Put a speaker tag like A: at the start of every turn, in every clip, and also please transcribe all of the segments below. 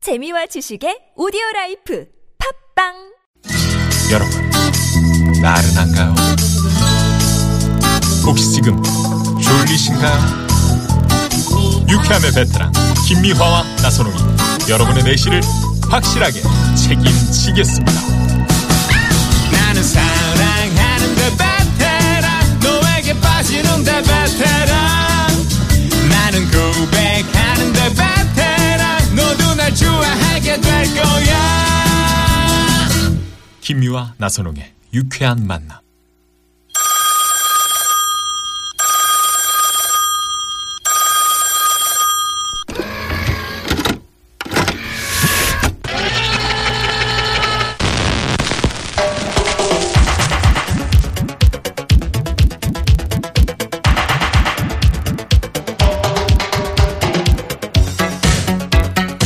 A: 재미와 지식의 오디오 라이프 팝빵
B: 여러분, 나른한가요? 혹시 지금 졸리신가요? 유쾌함의 베테랑 김미화와 나선홍이 여러분의 내실을 확실하게 책임지겠습니다.
C: 나는 사랑하는데
B: 그
C: 베테랑 너에게 빠지는데 베테랑 나는
B: 그
C: 고백하는데 베테랑 너도 날 좋아하게 될 거야
B: 김미화 나선홍의 유쾌한 만남.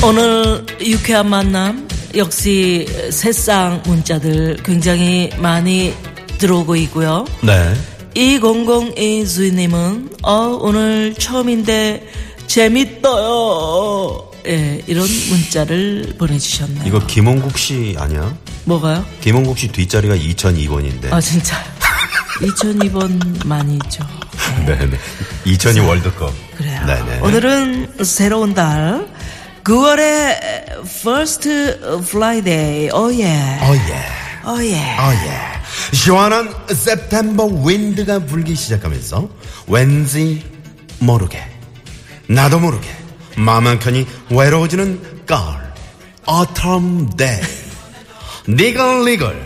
D: 오늘 유쾌한 만남 역시 새싹 문자들 굉장히 많이 들어오고 있고요.
E: 네.
D: 2002 주인님은 어 오늘 처음인데 재밌어요. 예, 이런 문자를 보내주셨네요.
E: 이거 김홍국 씨 아니야?
D: 뭐가요?
E: 김홍국 씨 뒷자리가 2002번인데.
D: 아 진짜 2002번 많이 있죠.
E: 네네. 2002 월드컵.
D: 그래요.
E: 네네.
D: 오늘은 새로운 달 9월의 first Friday. Oh 오예.
E: 아, 어예.
D: 오예.
E: 아, 어예. 시원한 September 윈드가 불기 시작하면서 왠지 모르게 나도 모르게 마음 한켠이 외로워지는 가을 Autumn Day 니글니글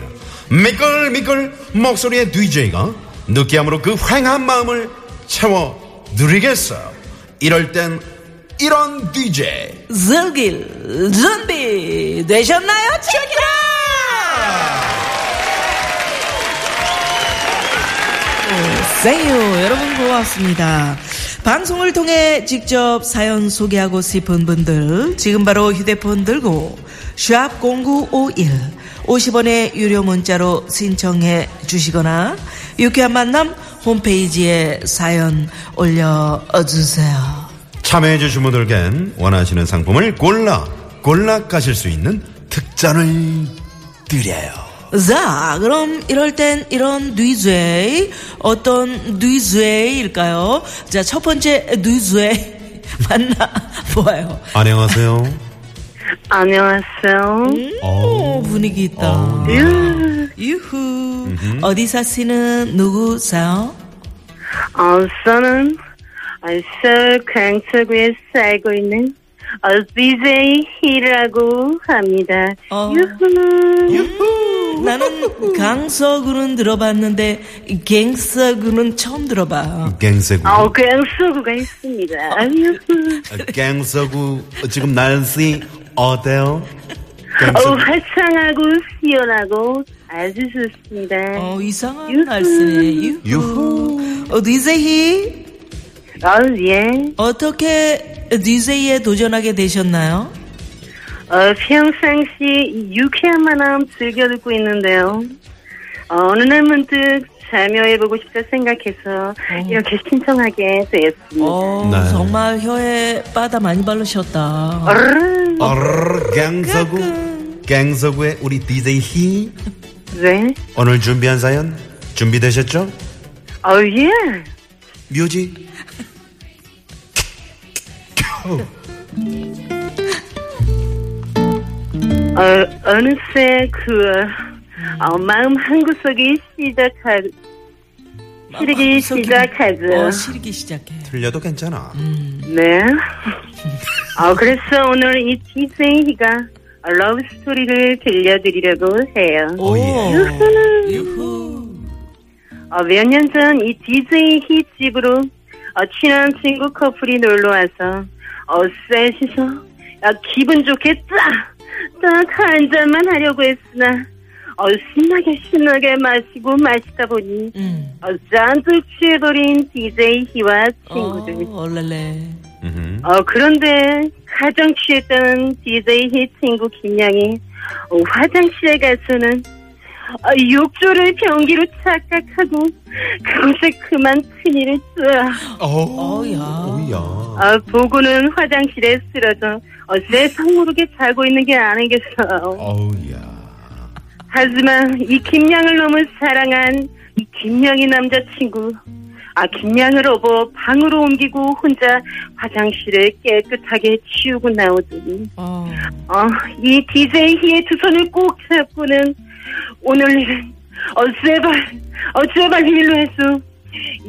E: 미끌미끌 목소리의 DJ가 느끼함으로 그 휑한 마음을 채워 누리겠어요 이럴 땐 이런 DJ
D: 즐길 준비 되셨나요? 체키라! 세요 여러분 고맙습니다. 방송을 통해 직접 사연 소개하고 싶은 분들 지금 바로 휴대폰 들고 샵 0951 50원의 유료 문자로 신청해 주시거나 유쾌한 만남 홈페이지에 사연 올려주세요.
E: 참여해주신 분들겐 원하시는 상품을 골라 골라 가실 수 있는 특전을 드려요.
D: 자, 그럼 이럴 땐 이런 뉘죄 어떤 뉘죄일까요? 자, 첫 번째 뉘죄 만나 보아요.
E: 안녕하세요.
F: 안녕하세요.
D: 네.
E: 어.
D: 오, 분위기 있다. 유후. 어디 사시는 누구세요?
F: 어, 저는 어, 서울 광천구에 살고 있는 어, BJ 히라고 합니다.
D: 어. 네.
F: 유후.
D: 나는 강서구는 들어봤는데 갱서구는 처음 들어봐.
E: 갱서구.
F: 어, 광수구가 있습니다.
D: 어.
F: 유후.
E: 아, 갱서구 지금 날씨 어때요?
F: 어,
E: 갱서구.
F: 화창하고 시원하고 아주 좋습니다.
D: 어, 이상한 날씨네. 유후.
E: 유후.
D: 어, 뉘죄히
F: 어, 예.
D: 어떻게 뉘죄에 도전하게 되셨나요?
F: 어, 평상시 유쾌한 만남 즐겨 듣고 있는데요. 어, 어느 날 문득 참여해보고 싶다 생각해서 이렇게 신청하게 되었습니다.
D: 어,
E: 네.
D: 정말 혀에 바다 많이 바르셨다.
F: 어르.
E: 어르르 갱서구. 갱서구의 우리 DJ 히
F: 네.
E: 오늘 준비한 사연 준비되셨죠?
F: 어, 예.
E: 뮤직
F: 어, 어느새 그, 어, 마음 한구석이 시작하, 시리기
D: 아, 속이-
F: 시작하죠.
D: 어, 시리기 시작해.
E: 틀려도 괜찮아.
F: 네. 어, 그래서 오늘 이 DJ가 러브스토리를 들려드리려고 해요.
E: 어,
D: 오,
E: 예.
F: 유후.
D: 유후.
F: 어, 몇 년 전 이 DJ 히 집으로 어, 친한 친구 커플이 놀러 와서 어, 셋이서 야, 기분 좋게 딱딱한 잔만 하려고 했으나 어, 신나게 신나게 마시고 마시다 보니
D: 음.
F: 어, 잔뜩 취해버린 DJ 히와 친구들.
D: 어, 얼렐레.
E: 음흠.
F: 어, 그런데 가장 취했던 DJ 히 친구 김양이 어, 화장실에 가서는 아, 욕조를 변기로 착각하고 그곳에 그만 큰일을 쯔.
D: 어, 어야.
E: 오야.
F: 아, 보고는 화장실에 쓰러져 어째서 모르게 자고 있는 게 아니겠어.
E: 어우야.
F: 하지만 이 김양을 너무 사랑한 이 김양이 남자친구. 아, 김양을 업어 방으로 옮기고 혼자 화장실을 깨끗하게 치우고 나오더니.
D: 어.
F: 어, 이 DJ 희의 두 손을 꼭 잡고는 오늘 일은 어제발, 어제발 비밀로 했소.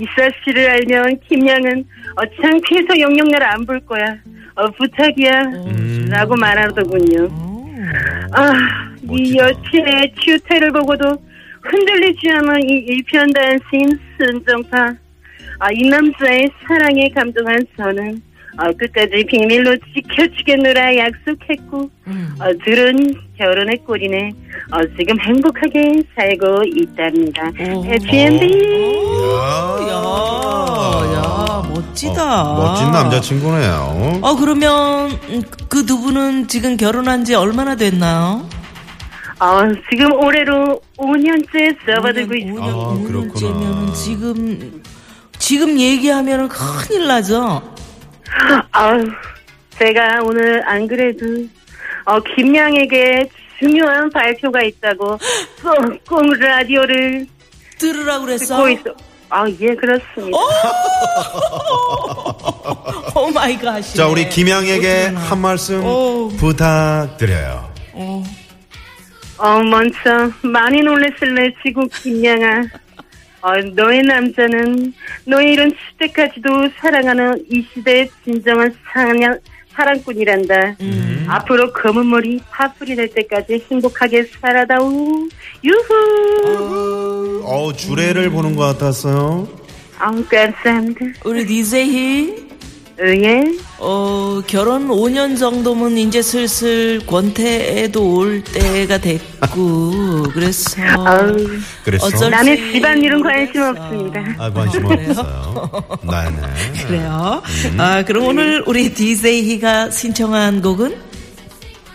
F: 이 사실을 알면 김양은 어, 창피해서 영영 날 안 볼 거야. 어, 부탁이야.
E: 음.
F: 라고 말하더군요.
D: 어.
F: 아, 이
E: 멋지다.
F: 여친의 치우태를 보고도 흔들리지 않은 이 일편단심 순정파. 아, 이 남자의 사랑에 감동한 저는 어, 끝까지 비밀로 지켜주겠노라 약속했고,
D: 음.
F: 어, 둘은 결혼의 꼴이네. 어, 지금 행복하게 살고 있답니다.
D: 오.
F: 해피엔딩.
D: 야, 야, 멋지다.
E: 어, 멋진 남자친구네요.
D: 어, 그러면 그 두 분은 지금 결혼한 지 얼마나 됐나요?
F: 어, 지금 올해로 5년째 써봐들고 있어.
D: 5년,
E: 아, 그렇구나.
D: 5년째면 지금, 지금 얘기하면 큰일 나죠?
F: 아우, 제가 오늘 안 그래도 어, 김양에게 중요한 발표가 있다고 꽁꽁 라디오를
D: 들으라고 그랬어?
F: 듣고 있어. 아, 예, 그렇습니다.
D: 오 마이 갓.
E: 자, 우리 김양에게 한 말씀
D: 오.
E: 부탁드려요.
F: 어, 먼저 많이 놀랬을래, 지구 김양아. 어, 너의 남자는 너의 이런 시대까지도 사랑하는 이 시대의 진정한 사냥, 사랑꾼이란다. 앞으로 검은 머리 파풀이 될 때까지 행복하게 살아다오. 유후.
E: 어, 주례를 보는 것 같았어요.
F: 아우, 감사합니다.
D: 우리 니세희.
F: 예.
D: 어, 결혼 5년 정도면 이제 슬슬 권태에도 올 때가 됐고, 그래서.
F: 아우.
E: 그래서
D: 어쩔 수
F: 남의 집안일은 관심
D: 없어.
F: 없습니다.
E: 아, 관심 없어요. 네네.
D: 그래요. 아, 그럼 오늘 우리 디제이가 신청한 곡은?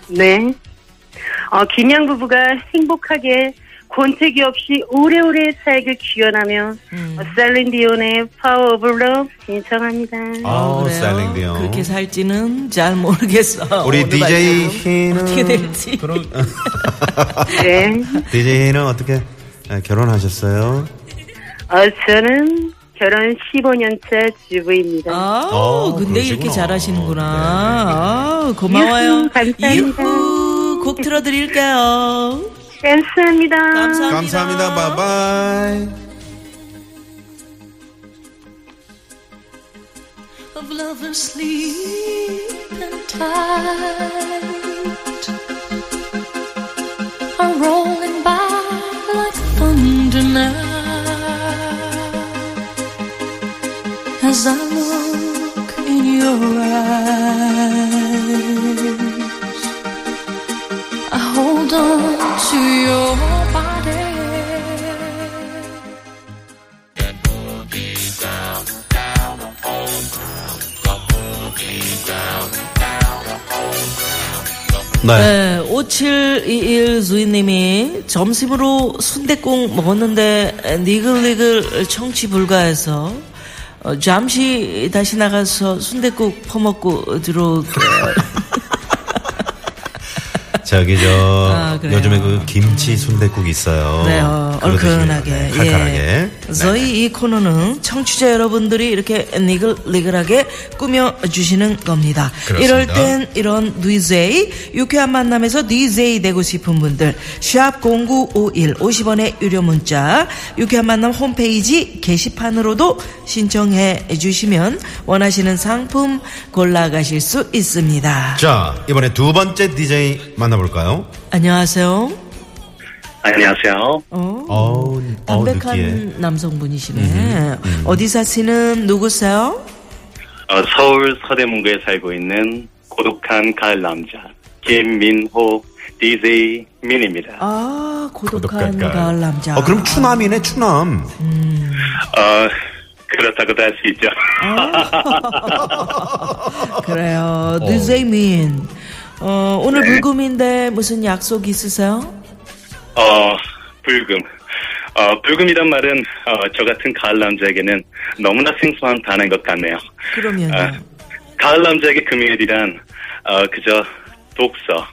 F: 네. 어, 김양 부부가 행복하게 권태기 없이 오래오래 살길 기원하며 어, 셀린디온의 파워 오브 러브 신청합니다.
E: 아,
D: 어, 그래요?
E: 셀링디요.
D: 그렇게 살지는 잘 모르겠어.
E: 우리 음,
D: 오늘
E: DJ
D: 말고.
E: 희는
D: 어떻게 될지.
F: 네.
E: DJ 희는 어떻게 아, 결혼하셨어요?
F: 어, 저는 결혼 15년차 주부입니다.
D: 아,
E: 어,
D: 근데 이렇게
E: 그러시구나.
D: 잘하시는구나.
E: 네,
D: 아, 고마워요.
F: 유후, 감사합니다.
D: 유후, 곡 틀어드릴게요.
F: 감사합니다.
D: 감사합니다.
E: 감사합니다. 바이바이.
G: of lovers sleep and tight are rolling by like thunder now as I look in your eyes I hold on to your body
E: 네.
D: 네, 5721 주인님이 점심으로 순대국 먹었는데 니글니글 청취 불가해서 어, 잠시 다시 나가서 순대국 퍼먹고 들어올게요.
E: 저기 저
D: 아, 그래요?
E: 요즘에 그 김치 순대국 있어요.
D: 네요.
E: 그거 드시면
D: 얼큰하게.
E: 네, 칼칼하게. 네.
D: 예. 저희 이 코너는 청취자 여러분들이 이렇게 니글니글하게 꾸며주시는 겁니다.
E: 그렇습니다.
D: 이럴 땐 이런 DJ, 유쾌한 만남에서 DJ 되고 싶은 분들, 샵0951 50원의 유료 문자, 유쾌한 만남 홈페이지 게시판으로도 신청해 주시면 원하시는 상품 골라가실 수 있습니다.
E: 자, 이번에 두 번째 DJ 만나볼까요?
D: 안녕하세요.
H: 안녕하세요.
D: 어.
E: 어우, 어우,
D: 담백한
E: 느끼해. 음,
D: 남성분이시네. 어디 사시는 누구세요?
H: 어, 서울 서대문구에 살고 있는 고독한 가을 남자 김민호 DJ 민입니다.
D: 아, 고독한
B: 고독한 가을.
D: 가을 남자.
E: 어, 그럼 추남이네, 추남.
H: 어, 그렇다고도 할 수 있죠.
D: 아, 그래요.
E: 어.
D: 뉴제이민. 어, 오늘 불금인데 무슨 약속 있으세요?
H: 어, 불금. 어, 불금이란 말은 어, 저 같은 가을 남자에게는 너무나 생소한 단어인 것 같네요.
D: 그러면
H: 아,
D: 요
H: 가을 남자에게 금요일이란 어, 그저 독서,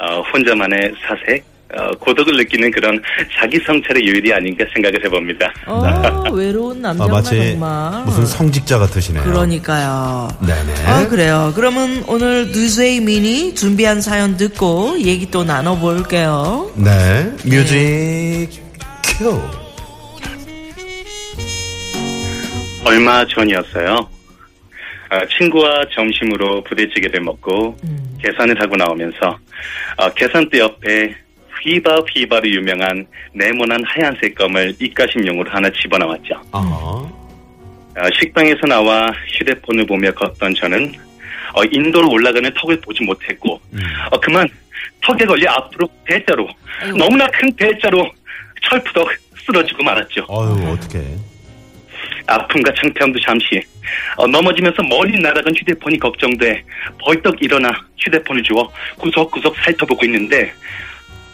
H: 어, 혼자만의 사색, 어, 고독을 느끼는 그런 자기 성찰의 요일이 아닌가 생각을 해봅니다.
D: 어, 외로운
E: 아,
D: 남자구나
E: 마치
D: 정말.
E: 무슨 성직자 같으시네요.
D: 그러니까요.
E: 네네.
D: 아 그래요. 그러면 오늘 뉴스의 미니 준비한 사연 듣고 얘기 또 나눠볼게요.
E: 네. 뮤직 큐.
H: 얼마 전이었어요. 아, 친구와 점심으로 부대찌개를 먹고
D: 음.
H: 계산을 하고 나오면서 아, 계산대 옆에 휘바휘바로 유명한 네모난 하얀색 껌을 입가심용으로 하나 집어넣었죠.
E: 아.
H: 아, 식당에서 나와 휴대폰을 보며 걷던 저는 어, 인도로 올라가는 턱을 보지 못했고 어, 그만 턱에 걸려 앞으로 대자로 너무나 큰 대자로 철푸덕 쓰러지고 말았죠.
E: 어유 어떻게?
H: 아픔과 창피함도 잠시 어, 넘어지면서 멀리 날아간 휴대폰이 걱정돼 벌떡 일어나 휴대폰을 주워 구석구석 살펴보고 있는데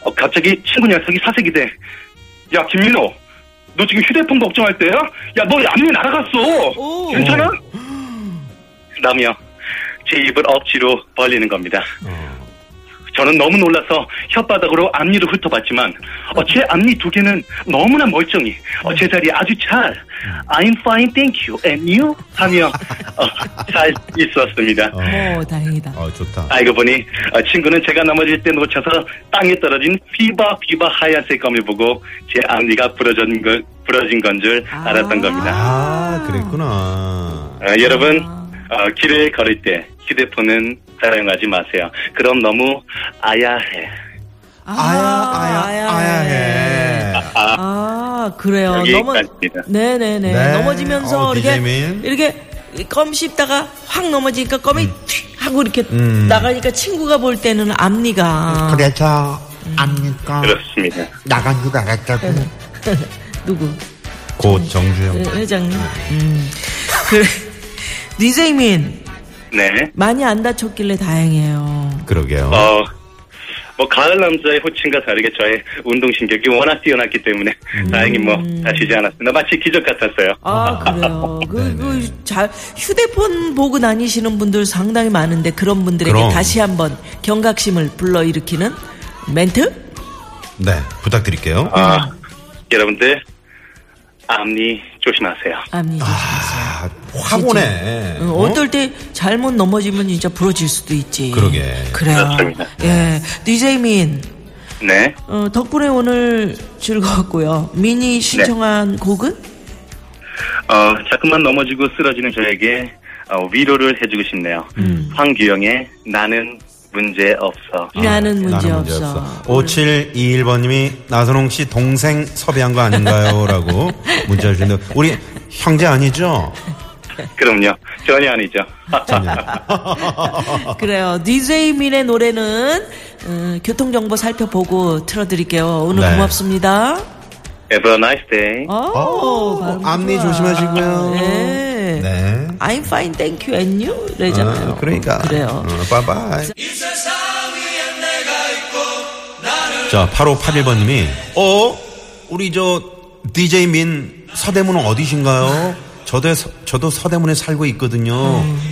H: 어, 갑자기 친구 녀석이 사색이 돼야 김민호 너 지금 휴대폰 걱정할 때야? 야너 앞니 날아갔어
D: 오.
E: 네.
H: 괜찮아? 라며 제 입을 억지로 벌리는 겁니다 저는 너무 놀라서 혓바닥으로 앞니를 훑어봤지만 어, 제 앞니 두 개는 너무나 멀쩡히 어, 제 자리에 아주 잘 I'm fine, thank you, and you? 하며 어, 잘 있었습니다.
E: 어.
D: 오 다행이다.
E: 어, 좋다.
H: 알고 보니 어, 친구는 제가 넘어질 때 놓쳐서 땅에 떨어진 휘바 휘바 하얀색 검을 보고 제 앞니가 부러진 걸 부러진 건 줄 알았던 겁니다.
E: 아, 그랬구나.
H: 어, 여러분 어, 길을 걸을 때 휴대폰은 사용하지 마세요. 그럼 너무 아야해.
E: 아야, 아야, 아야 해.
H: 아,
D: 아 그래요. 넘어
H: 여기까지입니다.
D: 네네네
E: 네.
D: 넘어지면서
E: 어,
D: 이렇게
E: 디제이민.
D: 이렇게 껌 씹다가 확 넘어지니까 껌이 튀 하고 이렇게
E: 음.
D: 나가니까 친구가 볼 때는 앞니가
I: 그래서
E: 아.
I: 압니까?
H: 그렇습니다.
I: 나간 줄 알았다고.
D: 누구
E: 네. 곧 정주영.
D: 회- 회장님. 음. 그래 니제이민
H: 네.
D: 많이 안 다쳤길래 다행이에요.
E: 그러게요.
H: 어, 뭐 가을 남자의 호칭과 다르게 저의 운동 신경이 워낙 뛰어났기 때문에 다행히 뭐 다치지 않았습니다. 마치 기적 같았어요.
D: 아 그래요. 그그잘 휴대폰 보고 다니시는 분들 상당히 많은데 그런 분들에게
E: 그럼.
D: 다시 한번 경각심을 불러일으키는 멘트.
E: 네, 부탁드릴게요.
H: 아, 여러분들 앞니 조심하세요.
D: 압니다.
E: 아, 화보네.
D: 어? 어떨 때 잘못 넘어지면 진짜 부러질 수도 있지.
E: 그러게.
D: 그래요.
H: 그렇습니다.
D: 예. DJ민,
H: 네,
D: 어, 덕분에 오늘 즐거웠고요.
H: 네.
D: 미니 신청한 곡은?
H: 어, 자꾸만 넘어지고 쓰러지는 저에게 어, 위로를 해주고 싶네요. 황규영의 나는 문제 없어.
D: 나는 문제
E: 아, 나는
D: 없어.
E: 5721번님이 나선홍 씨 동생 섭외한 거 아닌가요? 라고 문자를 주는데, 우리 형제 아니죠?
H: 그럼요, 전혀 아니죠.
D: 그래요. DJ민의 노래는 음, 교통정보 살펴보고 틀어드릴게요. 오늘
E: 네.
D: 고맙습니다.
H: Have a nice day.
D: 어,
E: 어,
D: 발음
E: 앞니
D: 좋아.
E: 조심하시고요.
D: 네.
E: 네.
D: I'm fine, thank you, and you? 이러잖아요. 음.
E: 어, 그러니까.
D: 그래요.
E: 어, 빠바이. 자, 8581번님이, 어? 우리 저, DJ 민, 서대문은 어디신가요? 저도, 서- 저도 서대문에 살고 있거든요.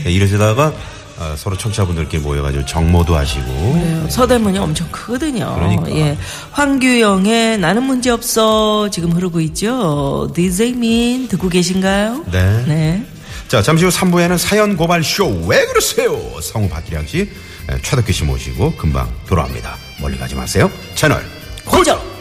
E: 네, 이러시다가, 어, 서로 청취자분들끼리 모여가지고 정모도 하시고. 네.
D: 서대문이 엄청 크거든요.
E: 그러니까.
D: 예. 황규영의 나는 문제 없어 지금 흐르고 있죠. 디제이민 듣고 계신가요?
E: 네.
D: 네.
E: 자, 잠시 후 3부에는 사연 고발 쇼, 왜 그러세요? 성우 네, 박기량 씨, 에, 최덕기 씨 모시고 금방 돌아옵니다. 멀리 가지 마세요. 채널
D: 고정!